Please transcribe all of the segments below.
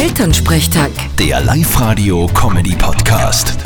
Elternsprechtag. Der Live-Radio-Comedy-Podcast.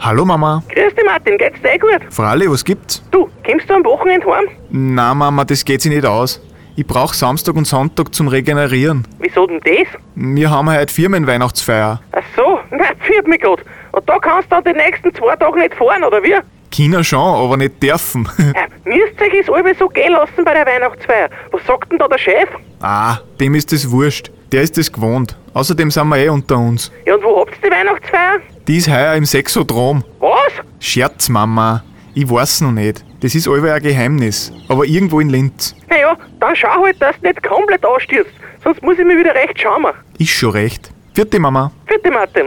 Hallo Mama. Grüß dich Martin, geht's dir eh gut? Fralli, was gibt's? Du, kommst du am Wochenende heim? Na Mama, das geht sich nicht aus. Ich brauch Samstag und Sonntag zum Regenerieren. Wieso denn das? Wir haben heute Firmenweihnachtsfeier. Ach so, na, führt mich grad. Und da kannst du dann die nächsten zwei Tage nicht fahren, oder wie? China schon, aber nicht dürfen. Ja, müsst euch das alle so gehen lassen bei der Weihnachtsfeier. Was sagt denn da der Chef? ah, dem ist das wurscht. Der ist das gewohnt. Außerdem sind wir eh unter uns. Ja, und wo habt ihr die Weihnachtsfeier? Die ist heuer im Sexodrom. Was? Scherz, Mama. Ich weiß noch nicht. Das ist allweil ein Geheimnis. Aber irgendwo in Linz. Naja, dann schau halt, dass du nicht komplett ausstürzt. Sonst muss ich mir wieder recht schauen. Ist schon recht. Vierte Mama. Vierte Martin.